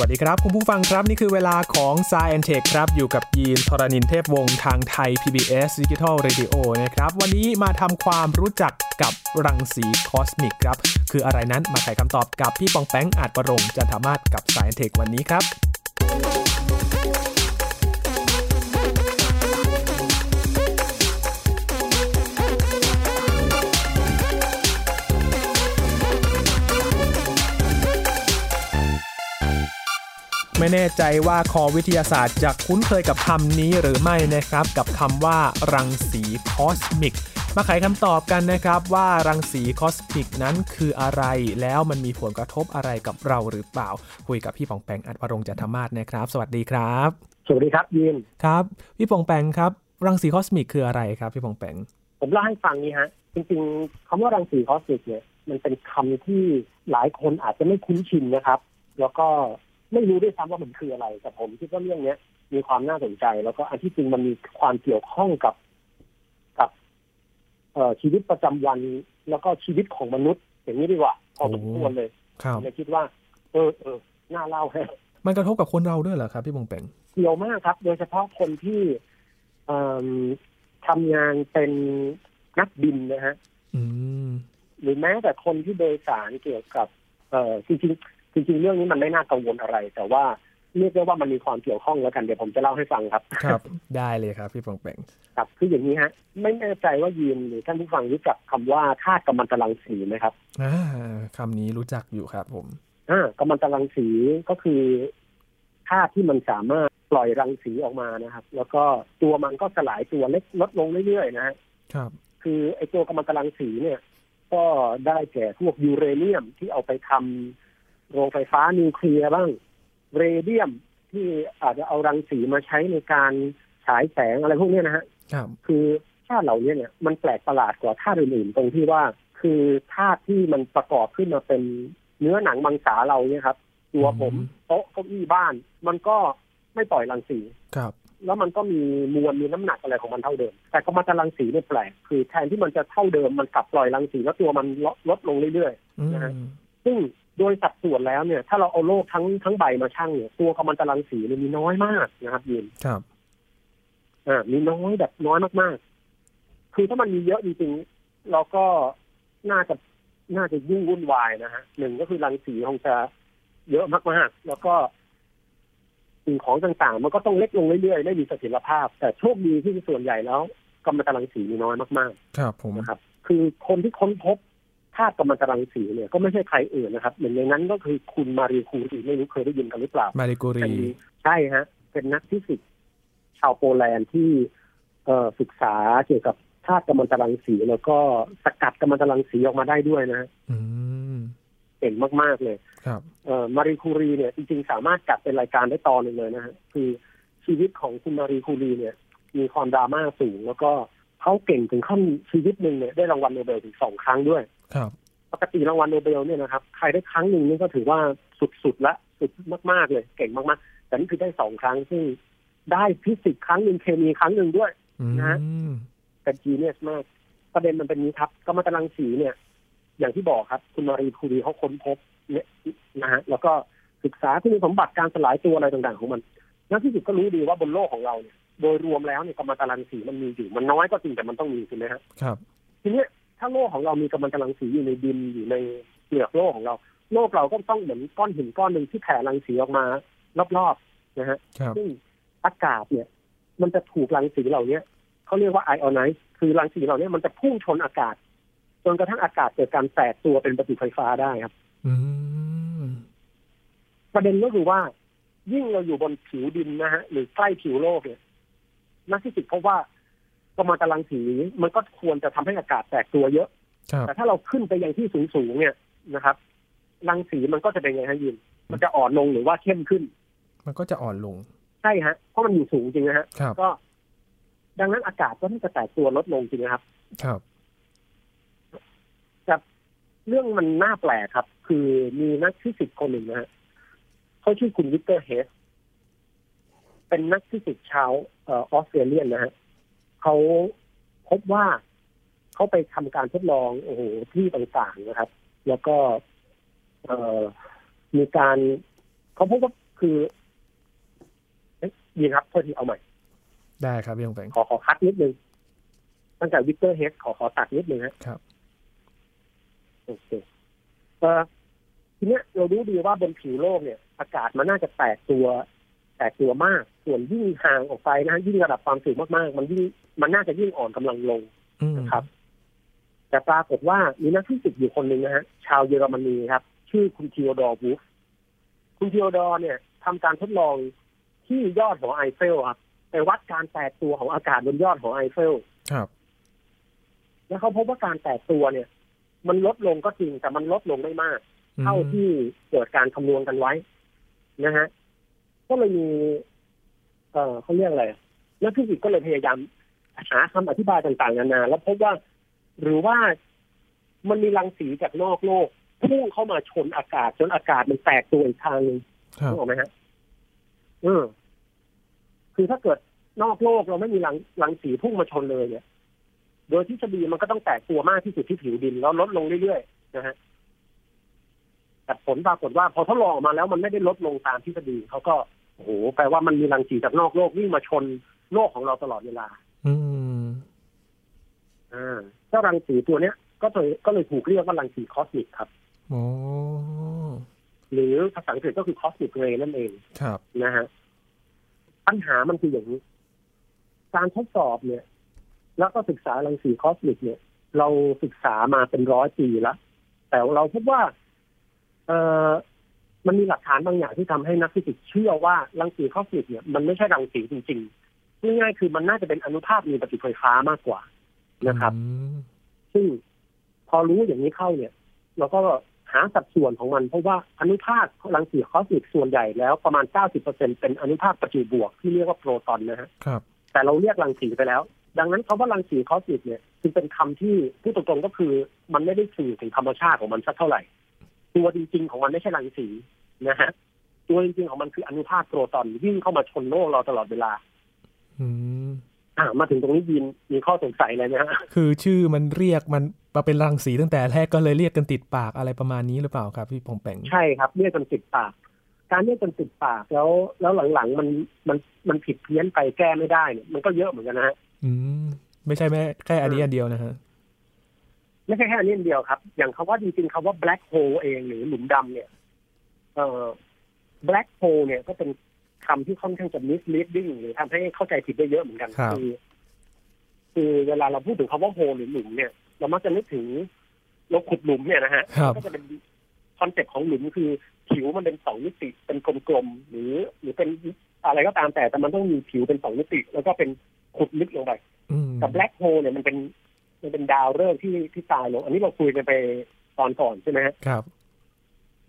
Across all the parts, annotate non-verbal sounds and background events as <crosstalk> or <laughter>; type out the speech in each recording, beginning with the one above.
วัสดีครับ คุณผู้ฟังครับ นี่คือเวลาของ s ายแอนเทคครับ อยู่กับยีนทรณินเทพวงศ์ทางไทย PBS Digital Radio นะครับ วันนี้มาทำความรู้จักกับรังสีคอสมิกครับ คืออะไรนั้นมาไขคำตอบกับพี่ปองแป้งอาจประรงค์จันทามาศกับ s ายแอนเทควันนี้ครับ ไม่แน่ใจว่าคอวิทยาศาสตร์จะคุ้นเคยกับคำนี้หรือไม่นะครับ กับคำว่ารังสีคอสมิก มาไขคำตอบกันนะครับว่ารังสีคอสมิกนั้นคืออะไร แล้วมันมีผลกระทบอะไรกับเราหรือเปล่า คุยกับพี่ปองแปงอัดวรงค์จันทมาศนะครับ สวัสดีครับ สวัสดีครับยีน ครับ พี่ปองแปงครับรังสีคอสมิกคืออะไรครับพี่ปองแปง ผมเล่าให้ฟังนี้ฮะ จริงๆคำว่ารังสีคอสมิกเนี่ยมันเป็นคำที่หลายคนอาจจะไม่คุ้นชินนะครับ แล้วก็ไม่รู้ด้วยซ้ำว่ามันคืออะไร แต่ผมคิดว่าเรื่องเนี้ย มีความน่าสนใจ แล้วก็อันที่จริงมันมีความเกี่ยวข้องกับกับเอ่อชีวิตประจำวัน แล้วก็ชีวิตของมนุษย์ อย่างนี้ดีกว่าพอสมควรเลย ครับ ผมเลยคิดว่า เออเออน่าเล่าฮะ มันกระทบกับคนเราด้วยเหรอครับพี่ปองแปง เกี่ยวมากครับ โดยเฉพาะคนที่เอิ่มทำงานเป็นนักบินนะฮะ อืม หรือแม้แต่คนที่โดยสารเกี่ยวกับ เอ่อจริงๆจริง ๆ เรื่องนี้มันไม่น่ากังวลอะไร แต่ว่าเรียกได้ว่ามันมีความเกี่ยวข้องแล้วกันเดี๋ยวผมจะเล่าให้ฟังครับ ครับ <laughs> ได้เลยครับพี่ปองแปง ครับ คืออย่างนี้ฮะ ไม่แน่ใจว่ายีนหรือท่านผู้ฟังรู้จักคำว่าธาตุกัมมันตรังสีไหมครับ อ่าคำนี้รู้จักอยู่ครับผม อ่ากัมมันตรังสีก็คือธาตุที่มันสามารถปล่อยรังสีออกมานะครับ แล้วก็ตัวมันก็สลายตัวเล็กลดลงเรื่อยๆนะฮะ ครับ คือไอ้ตัวกัมมันตรังสีเนี่ย ก็ได้แก่พวกยูเรเนียมที่เอาไปทำโรงไฟฟ้านิวเคลียร์บ้าง เรเดียมที่อาจจะเอารังสีมาใช้ในการฉายแสงอะไรพวกเนี้ยนะฮะ ครับ คือธาตุเหล่านี้เนี่ยมันแปลกประหลาดกว่าธาตุอื่นๆตรงที่ว่าคือธาตุที่มันประกอบขึ้นมาเป็นเนื้อหนังมังสาเราเนี่ยครับ ตัวผม อืม โต๊ะเก้าอี้บ้าน มันก็ไม่ปล่อยรังสี ครับ แล้วมันก็มีมวลมีน้ำหนักอะไรของมันเท่าเดิม แต่ก็มาตรังสีเนี่ยแปลกคือแทนที่มันจะเท่าเดิมมันกลับปล่อยรังสีแล้วตัวมันลดลดลงเรื่อย อื นะฮะ ม ๆ ซึ่งโดยสัดส่วนแล้วเนี่ย ถ้าเราเอาโลกทั้งทั้งใบมาชั่งเนี่ยตัวกัมมันตรังสีเนี่ยมีน้อยมากนะครับยิน ครับ อ่ามีน้อยแบบน้อยมากๆ คือถ้ามันมีเยอะจริงๆเราก็น่าจะน่าจะยุ่งวุ่นวายนะฮะหนึ่งก็คือรังสีคงจะเยอะมากๆแล้วก็สิ่งของต่างๆ มันก็ต้องเล็กลงเรื่อยๆไม่มีเสถียรภาพ แต่โชคดีที่ส่วนใหญ่แล้วกัมมันตรังสีมีน้อยมาก ๆ ครับผม นะครับ คือคนที่ค้นพบธาตุกัมมันตรังสีเนี่ยก็ไม่ใช่ใครอื่นนะครับหนึ่งในนั้นก็คือคุณมารีคูรีไม่รู้เคยได้ยินกันหรือเปล่า มาริโก เป็ รี นใช่ฮะ เป็นนักฟิสิกส์ชาวโปแลนด์ที่เอ่อศึกษาเกี่ยวกับธาตุกัมมันตรังสี แล้วก็สกัดกัมมันตรังสีออกมาได้ด้วยนะฮะ อืม เก่งมากๆเลย ครับ เอ่อมารีคูรีเนี่ยจริงๆ สามารถจัดเป็นรายการได้ตอนหนึ่งเลยนะฮะคือชีวิตของคุณมารีคูรีเนี่ย มีความดราม่าสูง แล้วก็เขาเก่งถึงขั้นชีวิตหนึ่งเนี่ยได้รางวัลโนเบลถึงสองครั้งด้วย ครับ ปกติรางวัลโนเบลเนี่ยนะครับใครได้ครั้งหนึ่งนี่ก็ถือว่าสุดๆละสุดมากๆเลย เก่งมากๆ แต่นี่คือได้สองครั้งซึ่งได้ฟิสิกส์ครั้งหนึ่งเคมีครั้งหนึ่งด้วย อื นะฮะ ม เป็นจีเนียสมาก ประเด็นมันเป็นนี้ครับกัมมันตรังสีเนี่ย อย่างที่บอกครับ คุณมารีคูรีเขาค้นพบเนี่ยนะฮะแล้วก็ศึกษาคุณสมบัติการสลายตัวอะไรต่างๆของมันนักฟิสิกส์ก็รู้ดีว่าบนโลกของเราเนี่ยโดยรวมแล้วเนี่ยกัมมันตรังสีมันมีอยู่มันน้อยก็จริงแต่มันต้องมีใช่ไหมฮะ ครับ ทีเนี้ยถ้าโลกของเรามีกัมมันตรังสีอยู่ในดินอยู่ในเปลือกโลกของเรา โลกเราก็ต้องเหมือนก้อนหินก้อนหนึ่งที่แผ่รังสีออกมารอบๆนะฮะ ครับ ซึ่งอากาศเนี่ย มันจะถูกรังสีเหล่าเนี้ยเขาเรียกว่าไอออนไนซ์คือรังสีเหล่าเนี้ยมันจะพุ่งชนอากาศ จนกระทั่งอากาศเกิดการแตกตัวเป็นประจุไฟฟ้าได้ครับ อืม ประเด็นก็คือว่า ยิ่งเราอยู่บนผิวดินนะฮะหรือใกล้ผิวโลกเนี่ยนักฟิสิกส์พบว่ากัมมันตรังสีมันก็ควรจะทำให้อากาศแตกตัวเยอะ ครับ แต่ถ้าเราขึ้นไปยังที่สูงสูงๆเนี่ยนะครับ รังสีมันก็จะเป็นไงฮะยิน มันจะอ่อนลงหรือว่าเข้มขึ้น มันก็จะอ่อนลง ใช่ฮะ เพราะมันอยู่สูงจริงนะฮะ ครับ ก็ ดังนั้นอากาศก็น่าจะแตกตัวลดลงจริงนะครับ ครับ แต่เรื่องมันน่าแปลกครับ คือมีนักฟิสิกส์คนหนึ่งนะฮะเขาชื่อคุณวิกเตอร์เฮส เป็นนักฟิสิกส์ชาวเออออสเตรเลียนนะฮะเขาพบว่าเขาไปทำการทดลองโอ้โหที่ต่างๆนะครับ แล้วก็ เออมีการเขาพบว่า คือเอ๊ะดีครับพอดีเอาใหม่ ได้ครับพี่องแปง ขอขอคัดนิดนึง ตั้งแต่วิกเตอร์เฮกขอขอตัดนิดนึงฮะ ครับ โอเคเอ่อทีเนี้ยเรารู้ดีว่าบนผิวโลกเนี่ย อากาศมันน่าจะแตกตัว แตกตัวมาก ส่วนยิ่งห่างออกไปนะฮะยิ่งระดับความสูงมากๆ มันยิ่งมันน่าจะยิ่งอ่อนกำลังลง อืม นะครับ แต่ปรากฏว่ามีนักฟิสิกส์อยู่คนหนึ่งนะฮะ ชาวเยอรมนีครับ ชื่อคุณทีโอดอร์วูฟคุณทีโอดอร์เนี่ยทำการทดลองที่ยอดหอไอเฟลครับไปวัดการแตกตัวของอากาศบนยอดหอไอเฟล ครับ แล้วเขาพบว่าการแตกตัวเนี่ย มันลดลงก็จริงแต่มันลดลงไม่มาก เท่าที่เกิดการคำนวณกันไว้นะฮะก็เลยมี เอ่อเขาเรียกอะไรนักฟิสิกส์ก็เลยพยายามหาคำอธิบายต่างๆนานาแล้วพบว่า หรือว่ามันมีรังสีจากนอกโลกพุ่งเข้ามาชนอากาศ จนอากาศมันแตกตัวอีกทางหนึง ครับ นึกออกไหมฮะเออคือถ้าเกิดนอกโลกเราไม่มีรังรังสีพุ่งมาชนเลยเนี่ย โดยทฤษฎีมันก็ต้องแตกตัวมากที่สุดที่ผิวดิน แล้วลดลงเรื่อยๆนะฮะ แต่ผลปรากฏว่าพอทดลองออกมาแล้วมันไม่ได้ลดลงตามทฤษฎีเขาก็โอ้โหแปลว่ามันมีรังสีจากนอกโลกวิ่งมาชนโลกของเราตลอดเวลา อืม อ่าเจ้ารังสีตัวเนี้ย ก็เลยก็เลยถูกเรียกว่ารังสีคอสมิกครับ โอ้ หรือภาษาอังกฤษก็คือคอสมิกเรย์นั่นเอง ครับ นะฮะปัญหามันคืออย่างนี้ การทดสอบเนี่ย แล้วก็ศึกษารังสีคอสมิกเนี่ย เราศึกษามาเป็นร้อยปีละแต่เราพบว่า เออมันมีหลักฐานบางอย่างที่ทำให้นักฟิสิกส์เชื่อว่ารังสีคอสมิกเนี่ยมันไม่ใช่รังสีจริงๆง่ายๆคือมันน่าจะเป็นอนุภาคมีปฏิกิริยาไฟฟ้ามากกว่านะครับ อืม ซึ่งพอรู้อย่างนี้เข้าเนี่ย เราก็หาสัดส่วนของมัน เพราะว่าอนุภาครังสีคอสมิกส่วนใหญ่แล้วประมาณ 90%เป็นอนุภาคประจุบวกที่เรียกว่าโปรตอนนะฮะ ครับ แต่เราเรียกรังสีไปแล้ว ดังนั้นคำว่ารังสีคอสมิกเนี่ยจึงเป็นคำที่พูดตรงๆก็คือ มันไม่ได้สื่อถึงธรรมชาติของมันสักเท่าไหร่ ตัวจริงๆของมันไม่ใช่รังสีนะฮะตัวจริงๆของมันคืออนุภาคโปรตอนวิ่งเข้ามาชนโลกเราตลอดเวลา อืม อ่ามาถึงตรงนี้ยินมีข้อสงสัยอะไรไหมฮะ คือชื่อมันเรียกมันมาเป็นรังสีตั้งแต่แรกก็เลยเรียกกันติดปากอะไรประมาณนี้หรือเปล่าครับพี่พงแปง ใช่ครับเรียกจนติดปาก การเรียกจนติดปากแล้ว แล้วหลังๆมันมันมันผิดเพี้ยนไปแก้ไม่ได้เนี่ยมันก็เยอะเหมือนกันนะฮะ อืม ไม่ใช่แม่แค่อันนี้อันเดียวนะฮะ ไม่ใช่แค่อันนี้อันเดียวครับ อย่างคำว่าจริงๆคำว่า black hole เองหรือหลุมดำเนี่ยเอ่อ black hole เนี่ยก็เป็นคำที่ค่อนข้างจะ misleading หรือทำให้เข้าใจผิดได้เยอะเหมือนกัน ครับ คือเวลาเราพูดถึงคำว่า hole หรือหลุมเนี่ย เรามักจะนึกถึงเราขุดหลุมเนี่ยนะฮะ ครับ ก็จะเป็นคอนเซ็ปต์ของหลุมคือผิวมันเป็นสองมิติ เป็นกลมๆหรือ หรือเป็นอะไรก็ตามแต่แต่มันต้องมีผิวเป็นสองมิติ แล้วก็เป็นขุดลึกลงไป อืม กับแบล็คโฮลเนี่ยมันเป็น มันเป็นดาวฤกษ์ที่ที่ตายลง อันนี้เราคุยกันไปตอนก่อนใช่ไหมฮะ ครับ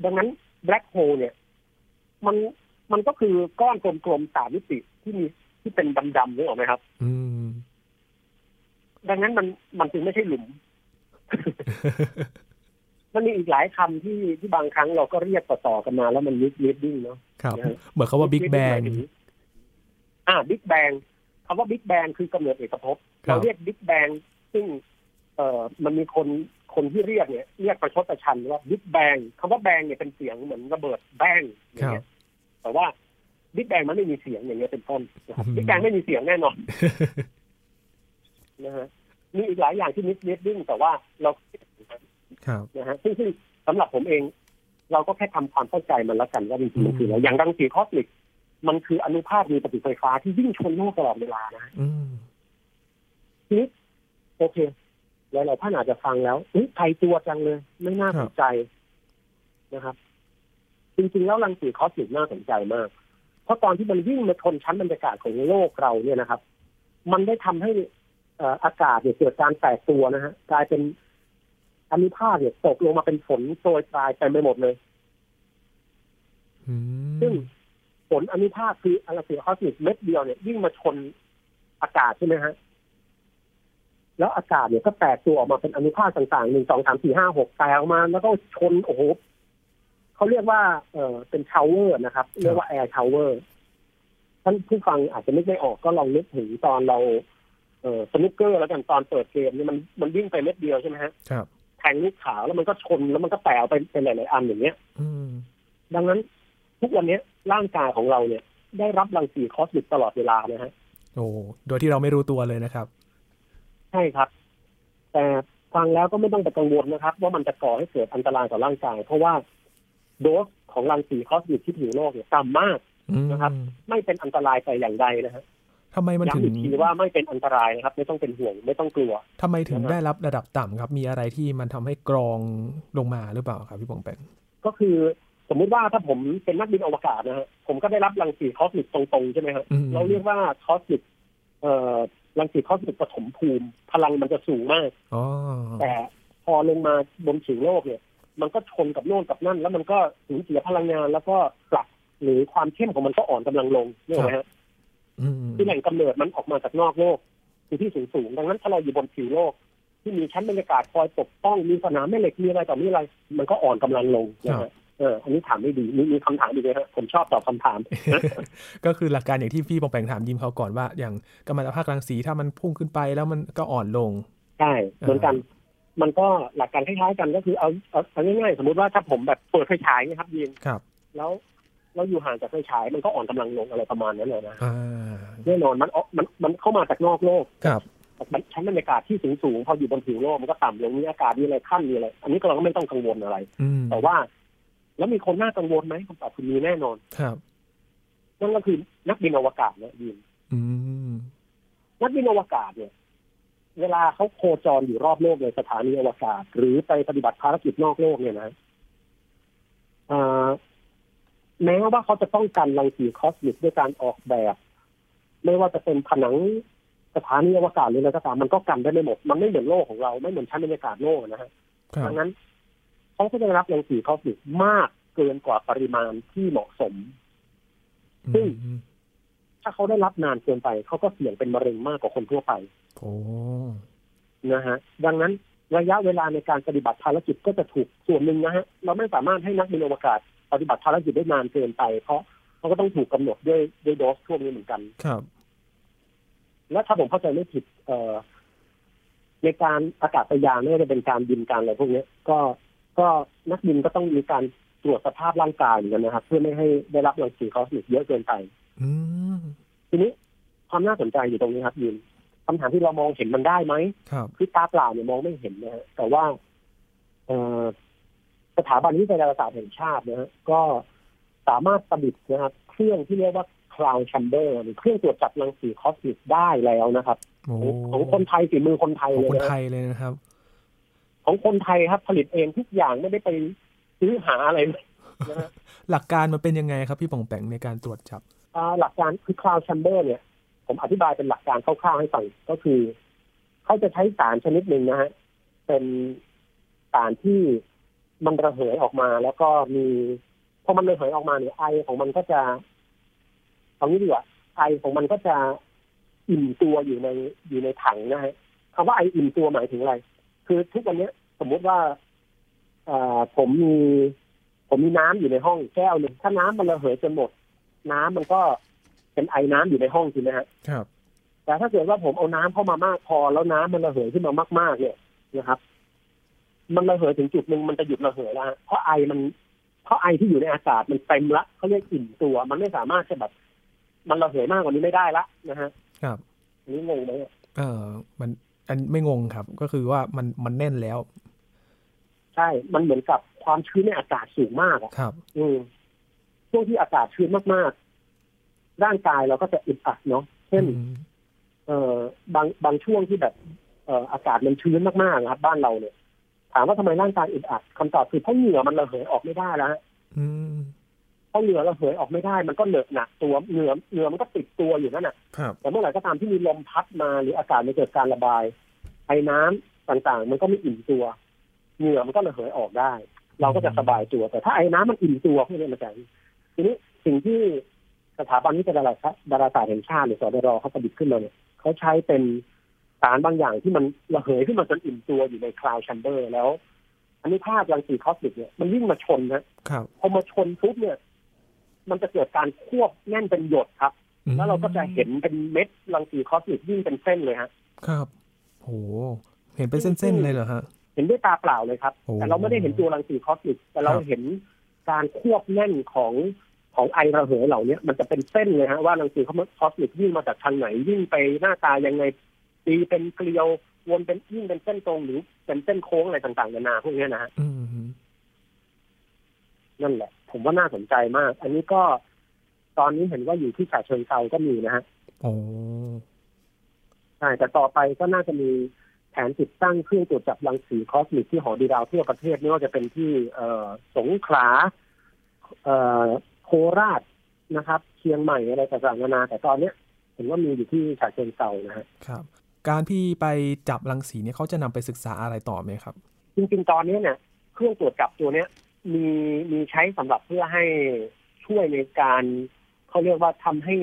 ดังนั้นแบล็คโฮลเนี่ย มันมันก็คือก้อนกลมๆสามมิติที่มีที่เป็นดำๆนึกออกไหมครับ อืม ดังนั้นมันมันจึงไม่ใช่หลุม มันมีอีกหลายคำที่ที่บางครั้งเราก็เรียกต่อๆกันมาแล้วมันมิสเลดดิ้งเนาะ ครับ นะฮะ เหมือนเขาว่าบิ๊กแบง อ่า บิ๊กแบงคำว่าบิ๊กแบงคือกำเนิดเอกภพ ครั เรา บ เรียกบิ๊กแบงซึ่ง เอ่อ มันมีคน คนที่เรียกเนี่ย เรียกประชดประชันว่าบิ๊กแบงคำว่าแบงเนี่ยเป็นเสียงเหมือนระเบิดแบงอย่างเงี้ย แต่ว่าบิ๊กแบงมันไม่มีเสียงอย่างเงี้ยเป็นต้นนะครับ อืม บิ๊กแบงไม่มีเสียงแน่นอนนะฮะ มีอีกหลายอย่างที่มิสเลดดิ้งแต่ว่าเรา ครับ นะ <laughs> ฮะซึ่งซึ่งสำหรับผมเอง เราก็แค่ทำความเข้าใจมันละกันว่าจริงๆมันคืออะไรอย่างรังสีคอสมิกมันคืออนุภาคมีปฏิกิริยาไฟฟ้าที่วิ่งชนโลกตลอดเวลานะฮะ อืม ทีนี้โอเคหลายๆท่านอาจจะฟังแล้วอุ๊ยไทยตัวจังเลย ไม่น่าสนใจนะครับ จริงๆแล้วรังสีคอสมิกน่าสนใจมาก เพราะตอนที่มันวิ่งมาชนชั้นบรรยากาศของโลกเราเนี่ยนะครับ มันได้ทำให้เอ่ออากาศเนี่ยเกิดการแตกตัวนะฮะกลายเป็นอนุภาคเนี่ยตกลงมาเป็นฝนโปรยปลายเต็มไปหมดเลย อืม ซึ่งผลอนุภาคคืออลลาเซียคอสมิกเม็ดเดียวเนี่ยยิ่งมาชนอากาศใช่ไหมฮะ แล้วอากาศเนี่ยก็แตกตัวออกมาเป็นอนุภาคต่างๆหนึ่งสองสามสี่ห้าหกแตกออกมา แล้วก็ชนโอ้โหเขาเรียกว่า เออเป็นชาวเวอร์นะครับ เรียกว่าแอร์ชาวเวอร์ท่านผู้ฟังอาจจะนึกไม่ออกก็ลองนึกถึงตอนเรา เออสนุกเกอร์แล้วกันตอนเปิดเกมเนี่ยมันมันวิ่งไปเม็ดเดียวใช่ไหมฮะ ครับ แทงลูกขาวแล้วมันก็ชนแล้วมันก็แตกออกไปเป็นหลายๆอันอย่างเงี้ย อืม ดังนั้นทุกวันเนี้ย ร่างกายของเราเนี่ย ได้รับรังสีคอสมิกตลอดเวลานะฮะ โอ้โดยที่เราไม่รู้ตัวเลยนะครับ ใช่ครับ แต่ฟังแล้วก็ไม่ต้องไปกังวลนะครับ ว่ามันจะก่อให้เกิดอันตรายต่อร่างกาย เพราะว่าโดสของรังสีคอสมิกที่ผิวโลกเนี่ยต่ำมาก อืม นะครับ ไม่เป็นอันตรายแต่อย่างใดนะฮะ ทำไมมันถึงย้ำอีกทีว่าไม่เป็นอันตรายนะครับ ไม่ต้องเป็นห่วงไม่ต้องกลัว ทำไมถึง นะครับ ได้รับระดับต่ำครับ มีอะไรที่มันทำให้กรองลงมาหรือเปล่าครับพี่ปองแปง ก็คือสมมุติว่าถ้าผมเป็นนักบินอวกาศนะฮะผมก็ได้รับรังสีคอสมิกตรงๆใช่ไหมฮะ อืม เราเรียกว่าคอสมิกเอ่อรังสีคอสมิกปฐมภูมิ พลังมันจะสูงมาก อ๋อ แต่พอลงมาบนผิวโลกเนี่ย มันก็ชนกับโน่นกับนั่น แล้วมันก็สูญเสียพลังงาน แล้วก็กลับหรือความเข้มของมันก็อ่อนกำลังลงนี่ไหมฮะ อืม คือแหล่งกำเนิดมันออกมาจากนอกโลกคือที่สูงสูงๆดังนั้นถ้าเราอยู่บนผิวโลก ที่มีชั้นบรรยากาศคอยปกป้องมีสนามแม่เหล็กมีอะไรต่อมีอะไร มันก็อ่อนกำลังลงนะฮะเอออันนี้ถามไม่ดีมีมีคำถามดีกไหมฮะผมชอบตอบคำถาม ก็คือหลักการอย่างที่พี่ปองแปงถามยิมเขาก่อนว่า อย่างกัมมันตภาพรังสีถ้ามันพุ่งขึ้นไปแล้วมันก็อ่อนลง ใช่เหมือนกัน มันก็หลักการคล้ายๆกันก็คือเอาเอาเอาง่ายๆสมมติว่าถ้าผมแบบเปิดไฟฉายนะครับยีน ครับ แล้วเราอยู่ห่างจากไฟฉายมันก็อ่อนกำลังลงอะไรประมาณนั้นเลยนะ อ่า แน่นอนมันออกมันมันเข้ามาจากนอกโลก ครับ จากชั้นบรรยากาศที่สูงสูงๆพออยู่บนผิวโลกมันก็ต่ำลงมีอากาศมีอะไรขั้นมีอะไรอันนี้ก็เราก็ไม่ต้องกังวลอะไร อืม แต่ว่า แล้วมีคนน่ากังวลไหมคำตอบคือมีแน่นอน ครับ นั่นก็คือนักบินอวกาศเนี่ยยิน อืม นักบินอวกาศเนี่ย เวลาเขาโคจรอยู่รอบโลกในสถานีอวกาศ หรือไปปฏิบัติภารกิจนอกโลกเนี่ยนะอ่าแม้ว่าเขาจะป้องกันรังสีคอสมิกด้วยการออกแบบ ไม่ว่าจะเป็นผนังสถานีอวกาศหรืออะไรก็ตามมันก็กันได้ไม่หมด มันไม่เหมือนโลกของเราไม่เหมือนชั้นบรรยากาศโลกนะฮะ ครับ ดังนั้นเขาก็จะได้รับรังสีคอสมิกมากเกินกว่าปริมาณที่เหมาะสม ซึ่ง อืม ถ้าเขาได้รับนานเกินไป เขาก็เสี่ยงเป็นมะเร็งมากกว่าคนทั่วไป โอ้ นะฮะดังนั้นระยะเวลาในการปฏิบัติภารกิจก็จะถูกส่วนหนึ่งนะฮะเราไม่สามารถให้นักบินอวกาศปฏิบัติภารกิจได้นานเกินไป เพราะเขาก็ต้องถูกกำหนดด้วยด้วยโดสช่วงนี้เหมือนกัน ครับ และถ้าผมเข้าใจไม่ผิดเอ่อในการอากาศยานไม่ว่าจะเป็นการบินการอะไรพวกเนี้ยก็ก็นักบินก็ต้องมีการตรวจสภาพร่างกายเหมือนกันนะครับ เพื่อไม่ให้ได้รับรังสีคอสมิกเยอะเกินไป อืม ทีนี้ความน่าสนใจอยู่ตรงนี้ครับยินคำถามที่เรามองเห็นมันได้ไหม ครับ คือตาเปล่าเนี่ยมองไม่เห็นนะฮะแต่ว่าเอ่อสถาบันวิจัยดาราศาสตร์แห่งชาตินะฮะก็สามารถประดิษฐ์นะครับ เครื่องที่เรียกว่า cloud chamber หรือเครื่องตรวจจับรังสีคอสมิกได้แล้วนะครับ โอ้ ของของคนไทยฝีมือคนไทย ของ เลย คน นะ ไท ฮะ ยเลยนะครับ ของคนไทยครับ ผลิตเองทุกอย่างไม่ได้ไปซื้อหาอะไรเลยนะฮะ หลักการมันเป็นยังไงครับพี่ป่องแปงในการตรวจจับ อ่าหลักการคือ cloud chamber เนี่ย ผมอธิบายเป็นหลักการคร่าวๆให้ฟังก็คือเขาจะใช้สารชนิดหนึ่งนะฮะ เป็นสารที่มันระเหยออกมา แล้วก็มีพอมันระเหยออกมาเนี่ยไอของมันก็จะเอางี้ดีกว่าไอของมันก็จะอิ่มตัวอยู่ในอยู่ในถังนะฮะคำว่าไออิ่มตัวหมายถึงอะไร คือทุกวันเนี้ย สมมุติว่าเอ่อผมมี ผมมีน้ำอยู่ในห้องแก้วหนึ่งถ้าน้ำมันระเหยจนหมด น้ำมันก็เป็นไอน้ำอยู่ในห้องใช่ไหมฮะ ครับ แต่ถ้าเกิดว่าผมเอาน้ำเข้ามามากพอแล้วน้ำมันระเหยขึ้นมามาก ๆ เนี่ยนะครับ มันระเหยถึงจุดหนึ่งมันจะหยุดระเหยแล้วฮะเพราะไอมัน เพราะไอที่อยู่ในอากาศมันเต็มละเขาเรียกอิ่มตัว มันไม่สามารถจะแบบ มันระเหยมากกว่านี้ไม่ได้ละนะฮะ ครับ อันนี้งงไหมเนี่ย เออมันอันไม่งงครับ ก็คือว่ามันมันแน่นแล้ว ใช่ มันเหมือนกับความชื้นในอากาศสูงมากอะ ครับ อืมช่วงที่อากาศชื้นมากๆ ร่างกายเราก็จะอึดอัดเนาะเช่น อืม เอ่อบางบางช่วงที่แบบเอ่ออากาศมันชื้นมากๆนะครับบ้านเราเนี่ย ถามว่าทำไมร่างกายอึดอัดคำตอบคือเพราะเหงื่อมันระเหยออกไม่ได้แล้วฮะ อืม เพราะเหงื่อระเหยออกไม่ได้ มันก็เหนอะหนักตัวเหงื่อเหงื่อมันก็ติดตัวอยู่นั่นน่ะ ครับ แต่เมื่อไหร่ก็ตามที่มีลมพัดมาหรืออากาศมันเกิดการระบายไอ้น้ำต่างๆ มันก็ไม่อิ่มตัวเหงื่อมันก็ระเหยออกได้ เราก็จะสบายตัว แต่ถ้าไอ้น้ำมันอิ่มตัวพวกนี้มันจะทีนี้สิ่งที่สถาบันวิจัยดาราศาสตร์ดาราศาสตร์แห่งชาติหรือสดรเขาประดิษฐ์ขึ้นมาเนี่ยเขาใช้เป็นสารบางอย่างที่มันระเหยขึ้นมาจนอิ่มตัวอยู่ในคลาวด์แชมเบอร์แล้ว อันนี้ภาพรังสีคอสมิกเนี่ยมันวิ่งมาชนนะครับ พอมาชนปุ๊บเนี่ย มันจะเกิดการควบแน่นเป็นหยดครับ อืม แล้วเราก็จะเห็นเป็นเม็ดรังสีคอสมิกวิ่งเป็นเส้นเลยฮะ ครับ โห เห็นเป็นเส้นๆเลยเหรอฮะ เห็นด้วยตาเปล่าเลยครับ โอ้ แต่เราไม่ได้เห็นตัวรังสีคอสมิกแต่เราเห็นการควบแน่นของ ของไอระเหยเหล่าเนี้ยมันจะเป็นเส้นเลยฮะว่ารังสีคอสมิกวิ่งมาจากทางไหนวิ่งไปหน้าตายังไงตีเป็นเกลียววนเป็นยิ่งเป็นเส้นตรงหรือเป็นเส้นโค้งอะไรต่างๆนานาพวกเนี้ยนะฮะ อืม นั่นแหละ ผมว่าน่าสนใจมาก อันนี้ก็ตอนนี้เห็นว่าอยู่ที่ฉะเชิงเซาก็มีนะฮะ โอ้ ใช่แต่ต่อไปก็น่าจะมีแผนติดตั้งเครื่องตรวจจับรังสีคอสมิกที่หอดีดาวทั่วประเทศไม่ว่าจะเป็นที่เออสงขลาเออโคราชนะครับเชียงใหม่อะไรต่างๆนานาแต่ตอนเนี้ยเห็นว่ามีอยู่ที่ฉะเชิงเซานะฮะ ครับ การที่ไปจับรังสีเนี่ยเขาจะนำไปศึกษาอะไรต่อไหมครับ จริงๆตอนเนี้ยเนี่ยเครื่องตรวจจับตัวเนี้ยมีมีใช้สำหรับเพื่อให้ช่วยในการเขาเรียกว่าทำให้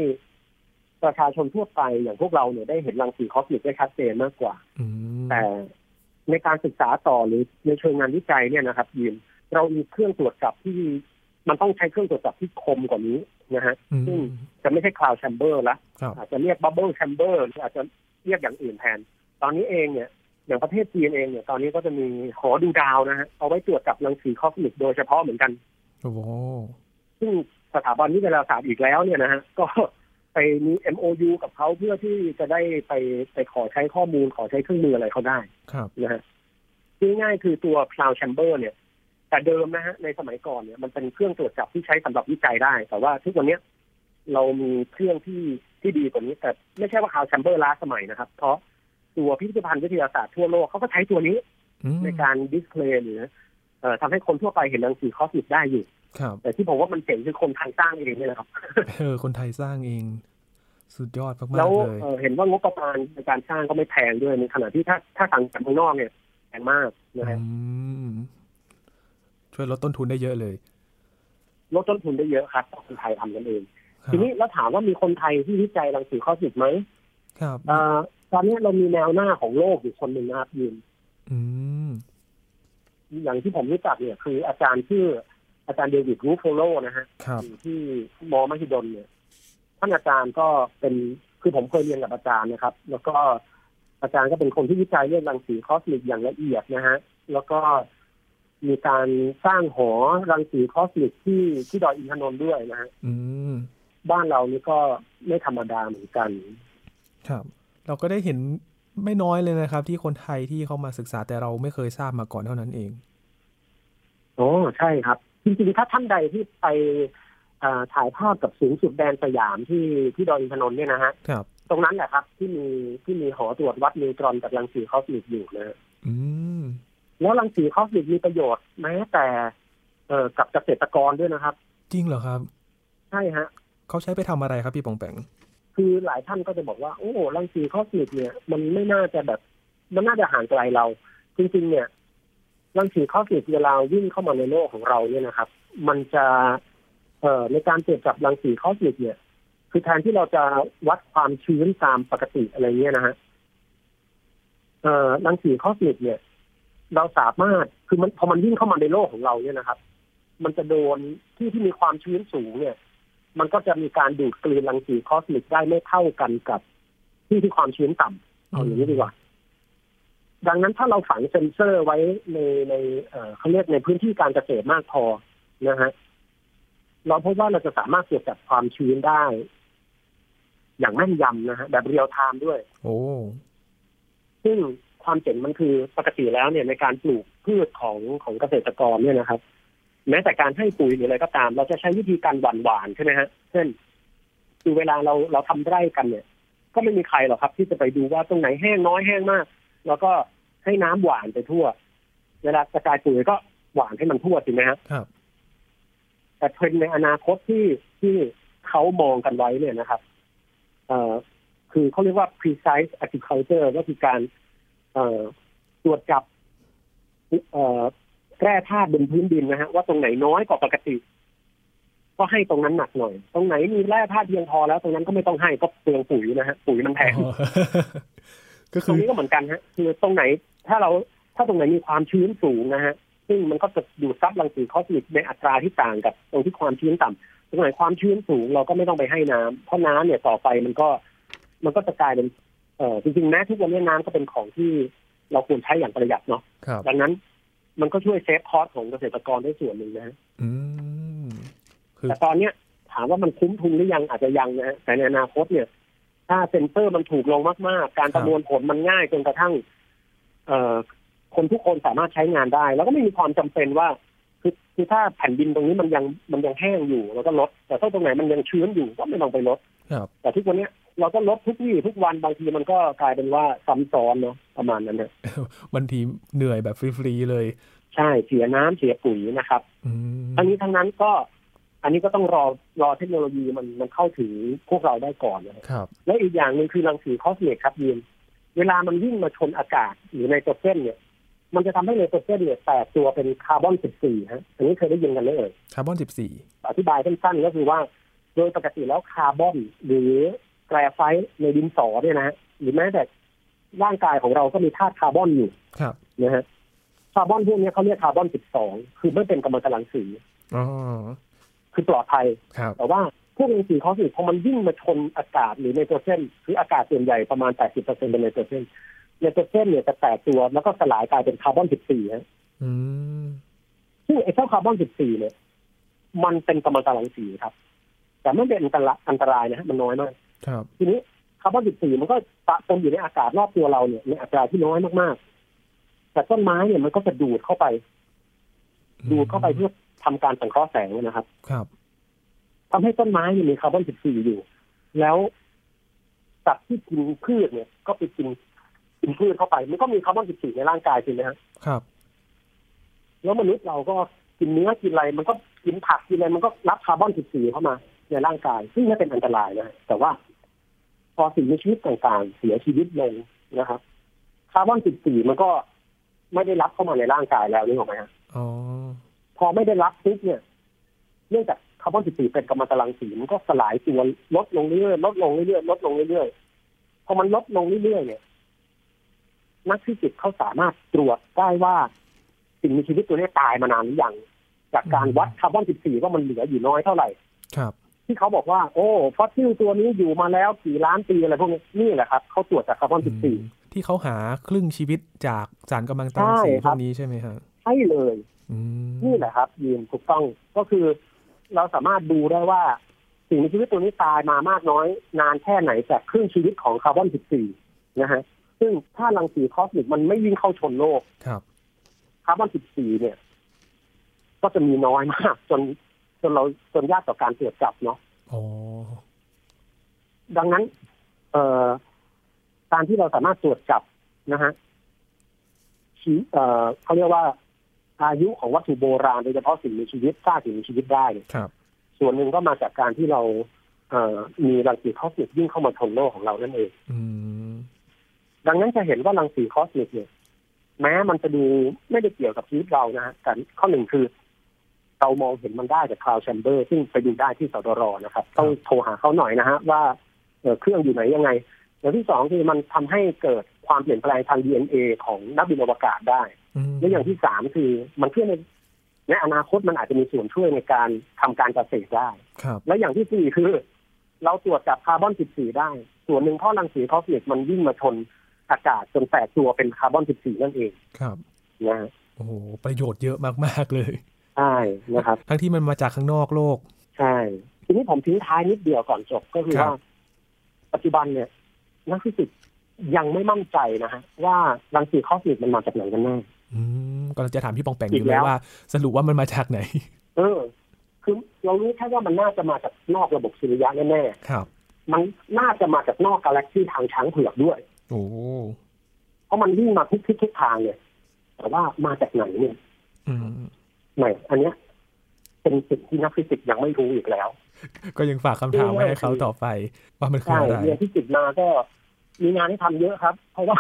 ประชาชนทั่วไปอย่างพวกเราเนี่ยได้เห็นรังสีคอสมิกได้ชัดเจนมากกว่า อืม แต่ในการศึกษาต่อหรือในเชิงงานวิจัยเนี่ยนะครับยินเรามีเครื่องตรวจจับที่มันต้องใช้เครื่องตรวจจับที่คมกว่านี้นะฮะ อืม จะไม่ใช่คลาวแชมเบอร์ละ ครับ อาจจะเรียกบับเบิลแชมเบอร์หรืออาจจะเรียกอย่างอื่นแทน ตอนนี้เองเนี่ยอย่างประเทศจีนเองเนี่ยตอนนี้ก็จะมีหอดูดาวนะฮะเอาไว้ตรวจจับรังสีคอสมิกโดยเฉพาะเหมือนกัน โอ้โห ซึ่งสถาบันวิทยาศาสตร์อีกแล้วเนี่ยนะฮะก็ไปมี MOU กับเขาเพื่อที่จะได้ไปไปขอใช้ข้อมูลขอใช้เครื่องมืออะไรเขาได้ ครับ นะฮะง่ายๆคือตัว cloud chamber เนี่ย แต่เดิมนะฮะในสมัยก่อนเนี่ยมันเป็นเครื่องตรวจจับที่ใช้สำหรับวิจัยได้ แต่ว่าทุกวันเนี้ยเรามีเครื่องที่ที่ดีกว่านี้ แต่ไม่ใช่ว่า cloud chamber ล้าสมัยนะครับ เพราะตัวพิพิธภัณฑ์วิทยาศาสตร์ทั่วโลกเขาก็ใช้ตัวนี้ อืม ในการดิสเพลย์หรือเอ่อทำให้คนทั่วไปเห็นรังสีคอสมิกได้อยู่ ครับ <laughs> แต่ที่ผมว่ามันเจ๋งคือคนทางสร้างเองเนี่ยนะครับ เออคนไทยสร้างเอง สุดยอดมา แล้ ก ว ๆเลย เอ่อเห็นว่างบประมาณในการสร้างก็ไม่แพงด้วยในขณะที่ถ้าถ้าสั่งจากเมืองนอกเนี่ยแพงมากนะฮะ อืมช่วยลดต้นทุนได้เยอะเลย ลดต้นทุนได้เยอะครับเพราะคนไทยทำกันเอง ครับ ทีนี้เราถามว่ามีคนไทยที่วิจัยรังสีข้อสิบไหม ครับ เออตอนนี้เรามีแนวหน้าของโลกอยู่คนหนึ่งนะครับยิน อืม อย่างที่ผมรู้จักเนี่ยคืออาจารย์ชื่ออาจารย์เดวิดรูฟโฟโลนะฮะ ครับ อยู่ที่มอมหิดลเนี่ยท่านอาจารย์ก็เป็นคือผมเคยเรียนกับอาจารย์นะครับ แล้วก็อาจารย์ก็เป็นคนที่วิจัยเรื่องรังสีคอสมิกอย่างละเอียดนะฮะแล้วก็มีการสร้างหอรังสีคอสมิกที่ที่ดอยอินทนนท์ด้วยนะฮะ อืม บ้านเรานี่ก็ไม่ธรรมดาเหมือนกัน ครับ เราก็ได้เห็นไม่น้อยเลยนะครับ ที่คนไทยที่เขามาศึกษาแต่เราไม่เคยทราบมาก่อนเท่านั้นเอง โอ้ใช่ครับ จริงๆ ถ้าท่านใดที่ไปอ่าถ่ายภาพกับสูงสุดแดนสยามที่ที่ดอยอินทนนท์เนี่ยนะฮะ ครับ ตรงนั้นแหละครับ ที่มีที่มีหอตรวจวัดนิวตรอนกับรังสีคอสมิกอยู่นะฮะ อืม แล้วรังสีคอสมิกมีประโยชน์แม้แต่เอ่อกับเกษตรกรด้วยนะครับ จริงเหรอครับ ใช่ฮะ เขาใช้ไปทำอะไรครับพี่ปองแปง คือหลายท่านก็จะบอกว่า โอ้รังสีคอสมิกเนี่ย มันไม่น่าจะแบบ มันน่าจะห่างไกลเรา จริงๆ เนี่ยรังสีคอสมิกเวลาวิ่งเข้ามาในโลกของเราเนี่ยนะครับ มันจะ เอ่อในการตรวจจับรังสีคอสมิกเนี่ย คือแทนที่เราจะวัดความชื้นตามปกติอะไรเงี้ยนะฮะเอ่อรังสีคอสมิกเนี่ย เราสามารถคือมันพอมันวิ่งเข้ามาในโลกของเราเนี่ยนะครับ มันจะโดนที่ที่มีความชื้นสูงเนี่ย มันก็จะมีการดูดกลืนรังสีคอสมิกได้ไม่เท่ากันกับที่ที่ความชื้นต่ำเอาอย่างนี้ดีกว่า ดังนั้นถ้าเราฝังเซ็นเซอร์ไว้ในในเอ่อเขาเรียกในพื้นที่การเกษตรมากพอนะฮะเราพบว่าเราจะสามารถตรวจจับความชื้นได้ อย่างแม่นยำนะฮะแบบเรียลไทม์ด้วย โอ้ ซึ่งความเจ๋งมันคือปกติแล้วเนี่ยในการปลูกพืชของของเกษตรกรเนี่ยนะครับ แม้แต่การให้ปุ๋ยหรืออะไรก็ตาม เราจะใช้วิธีการหว่านหวานใช่ไหมฮะเช่นคือเวลาเราเราทำไร่กันเนี่ย ก็ไม่มีใครหรอกครับ ที่จะไปดูว่าตรงไหนแห้งน้อยแห้งมาก แล้วก็ให้น้ำหวานไปทั่ว เวลากระจายปุ๋ยก็หวานให้มันทั่วจริงไหมฮะ ครับ แต่เทรนด์ในอนาคตที่ที่เขามองกันไว้เนี่ยนะครับ เอ่อคือเขาเรียกว่า precise agriculture ก็คือการ เอ่อตรวจจับเอ่อแร่ธาตุบนพื้นดินนะฮะว่าตรงไหนน้อยกว่าปกติ ก็ให้ตรงนั้นหนักหน่อย ตรงไหนมีแร่ธาตุเพียงพอแล้ว ตรงนั้นก็ไม่ต้องให้ก็เปลืองปุ๋ยนะฮะปุ๋ยมันแพง <laughs> ก็ ตร คื ง อ นี้ก็เหมือนกันฮะคือตรงไหนถ้าเราถ้าตรงไหนมีความชื้นสูงนะฮะ ซึ่งมันก็จะดูดซับรังสีคอสมิกในอัตราที่ต่างกับตรงที่ความชื้นต่ำตรงไหนความชื้นสูงเราก็ไม่ต้องไปให้น้ำเพราะน้ำเนี่ยต่อไปมันก็ มันก็จะกลายเป็นเอ่อจริงๆนะทุกวันนี้น้ำก็เป็นของที่เราควรใช้อย่างประหยัดเนาะ ครับ ดังนั้น มันก็ช่วยเซฟคอสของเกษตรกรได้ส่วนหนึ่งนะฮะ อืมคือ แต่ตอนเนี้ย ถามว่ามันคุ้มทุนหรือยังอาจจะยังนะฮะแต่ในอนาคตเนี่ย ถ้าเซ็นเซอร์มันถูกลงมาก ๆ การประมวลผลมันง่ายจนกระทั่ง เอ่อคนทุกคนสามารถใช้งานได้ แล้วก็ไม่มีความจำเป็นว่า คือคือถ้าแผ่นดินตรงนี้มันยังมันยังแห้งอยู่เราก็ลด แต่ถ้าตรงไหนมันยังชื้นอยู่ก็ไม่ต้องไปลด ครับ แต่ทุกวันเนี้ยเราก็ลดทุกวี่ทุกวันบางทีมันก็กลายเป็นว่าซ้ำซ้อนเนาะประมาณนั้นนะ วันทีเหนื่อยแบบฟรีๆเลย ใช่เสียน้ำเสียปุ๋ยนะครับ อืม ทั้งนี้ทั้งนั้นก็ อันนี้ก็ต้องรอรอเทคโนโลยีมันมันเข้าถึงพวกเราได้ก่อนนะครับ ครับ และอีกอย่างหนึ่งคือรังสีคอสเมตครับยีนเวลามันวิ่งมาชนอากาศหรือไนโตรเจนเนี่ย มันจะทำให้ไนโตรเจนเนี่ยแตกตัวเป็นคาร์บอน 14 ฮะ อันนี้เคยได้ยินกันไหมเอ่ย คาร์บอนสิบสี่ อธิบายสั้นๆก็คือว่า โดยปกติแล้วคาร์บอน หรือแกรไฟต์ในดินสอเนี่ยนะฮะหรือแม้แต่ร่างกายของเราก็มีธาตุคาร์บอนอยู่ ครับ นะฮะคาร์บอนพวกเนี้ยเขาเรียกคาร์บอน 12 คือไม่เป็นกัมมันตรังสี อ๋อ คือปลอดภัย ครับ แต่ว่าพวกรังสีคอสมิกพอมันวิ่งมาชนอากาศหรือไนโตรเจนคืออากาศส่วนใหญ่ประมาณ 80%เป็นไนโตรเจนไนโตรเจนเนี่ยจะแตกตัวแล้วก็สลายกลายเป็นคาร์บอน 14ฮะ อืม ซึ่งไอ้เจ้าคาร์บอน 14 เนี่ย มันเป็นกัมมันตรังสีครับ แต่ไม่เป็นอันตรายอันตรายนะฮะมันน้อยมาก ครับ ทีนี้คาร์บอน 14 มันก็ปะปนอยู่ในอากาศรอบตัวเราเนี่ยในอัตราที่น้อยมากๆ แต่ต้นไม้เนี่ยมันก็จะดูดเข้าไป ดูดเข้าไปเพื่อทำการสังเคราะห์แสงนะครับ ครับ ทำให้ต้นไม้เนี่ยมีคาร์บอน 14 อยู่ แล้วสัตว์ที่กินพืชเนี่ย ก็ไปกินกินพืชเข้าไป มันก็มีคาร์บอน 14 ในร่างกายใช่ไหมฮะ ครับ แล้วมนุษย์เราก็กินเนื้อกินอะไร มันก็กินผักกินอะไร มันก็รับคาร์บอน 14 เข้ามา ในร่างกาย ซึ่งไม่เป็นอันตรายนะ แต่ว่า พอสิ่งมีชีวิตต่างๆ เสียชีวิตลงนะครับ คาร์บอน 14 มันก็ไม่ได้รับเข้ามาในร่างกายแล้วนี่หรอกไหมฮะ อ๋อ พอไม่ได้รับปุ๊บเนี่ย เนื่องจากคาร์บอน 14 เป็นกัมมันตรังสีมันก็สลายตัวลดลงเรื่อยๆลดลงเรื่อยๆลดลงเรื่อยๆพอมันลดลงเรื่อยๆเนี่ย นักฟิสิกส์เขาสามารถตรวจได้ว่า สิ่งมีชีวิตตัวนี้ตายมานานหรือยังจากการวัดคาร์บอน 14 ว่ามันเหลืออยู่น้อยเท่าไหร่ ครับ ที่เขาบอกว่า โอ้ฟอสซิลตัวนี้อยู่มาแล้วกี่ล้านปีอะไรพวกนี้นี่แหละครับเขาตรวจจากคาร์บอน อืม 14 ที่เขาหาครึ่งชีวิตจากสารกำลังตรังสี ใช่ พ ครั ว บ กนี้ใช่ไหมฮะ ใช่เลย อืม นี่แหละครับยีนถูกต้องก็คือเราสามารถดูได้ว่า สิ่งมีชีวิตตัวนี้ตายมามากน้อย นานแค่ไหนจากครึ่งชีวิตของคาร์บอน 14 นะฮะ ซึ่งถ้ารังสีคอสมิกมันไม่วิ่งเข้าชนโลก ครับ คาร์บอน 14 เนี่ย ก็จะมีน้อยมาก จนจนเราจนยากต่อการตรวจจับเนาะ อ๋อ ดังนั้น เอ่อการที่เราสามารถตรวจจับนะฮะชี้เอ่อเขาเรียกว่า อายุของวัตถุโบราณโดยเฉพาะสิ่งมีชีวิตซากสิ่งมีชีวิตได้เนี่ย ครับ ส่วนหนึ่งก็มาจากการที่เราเอ่อมีรังสีคอสมิกยิ่งเข้ามาชนโลกของเรานั่นเอง อืม ดังนั้นจะเห็นว่ารังสีคอสมิกเนี่ย แม้มันจะดูไม่ได้เกี่ยวกับชีวิตเรานะฮะแต่ข้อหนึ่งคือ เรามองเห็นมันได้จากคลาวแชมเบอร์ ซึ่งไปดูได้ที่สตรนะครับ ต้องโทรหาเขาหน่อยนะฮะว่าเอ่อเครื่องอยู่ไหนยังไงอย่างที่สองคือมันทำให้เกิดความเปลี่ยนแปลงทาง DNA ของนักบินอวกาศได้ อืม และอย่างที่สามคือมันช่วยในในอนาคตมันอาจจะมีส่วนช่วยในการทำการเกษตรได้ ครับ และอย่างที่สี่คือ เราตรวจจับคาร์บอน 14 ได้ ส่วนหนึ่งเพราะรังสีคอสมิกมันวิ่งมาชนอากาศจนแตกตัวเป็นคาร์บอน 14 นั่นเอง ครับ นะฮะ โอ้โห ประโยชน์เยอะมาก ๆ เลย ใช่นะครับ ทั้งที่มันมาจากข้างนอกโลก ใช่ ทีนี้ผมทิ้งท้ายนิดเดียวก่อนจบก็คือ ครับ ว่า ปัจจุบันเนี่ยนักฟิสิกส์ยังไม่มั่นใจนะฮะว่ารังสีคอสมิกมันมาจากไหนกันแน่ อืมก็จะถามพี่ปองแปงอ อี ยู่ ก เล แล้ ยว ว่า สรุปว่ามันมาจากไหน เออ คือเรารู้แค่ว่ามันน่าจะมาจากนอกระบบสุริยะแน่ ครับ ๆมันน่าจะมาจากนอกกาแล็กซีทางช้างเผือกด้วย โอ้โห เพราะมันวิ่งมาทุกทิศทุกทางเลยแต่ว่ามาจากไหนเนี่ย อืม ใหม่อันเนี้ยเป็นสิ่งที่นักฟิสิกส์ยังไม่รู้อีกแล้ว ก็ยังฝากคำถามไว้ให้เขาต่อไป ว่ามันคือ ใช่ อะไร เรียนฟิสิกส์มาก็มีงานให้ทำเยอะครับ เพราะว่า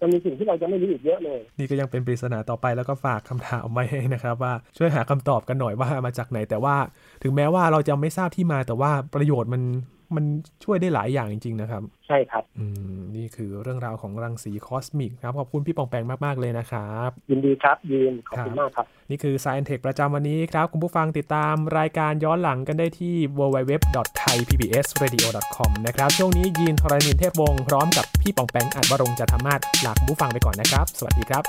มันมีสิ่งที่เราจะไม่รู้อีกเยอะเลย นี่ก็ยังเป็นปริศนาต่อไปแล้วก็ฝากคำถามไว้ให้นะครับ ว่าช่วยหาคำตอบกันหน่อยว่ามาจากไหน แต่ว่า ถึงแม้ว่าเราจะไม่ทราบที่มาแต่ว่าประโยชน์มันมันช่วยได้หลายอย่างจริง ๆ นะครับ ใช่ครับ อืมนี่คือเรื่องราวของรังสีคอสมิกครับขอบคุณพี่ปองแปงมาก ๆ เลยนะครับ ยินดีครับยีนขอบคุณมากครับ นี่คือ Science Tech ประจำวันนี้ครับ คุณผู้ฟังติดตามรายการย้อนหลังกันได้ที่ www.thaipbsradio.com นะครับช่วงนี้ยีนทรณินเทพวงศ์พร้อมกับพี่ปองแปงอัดวรงค์จะทำมาศลาคุณผู้ฟังไปก่อนนะครับ สวัสดีครับ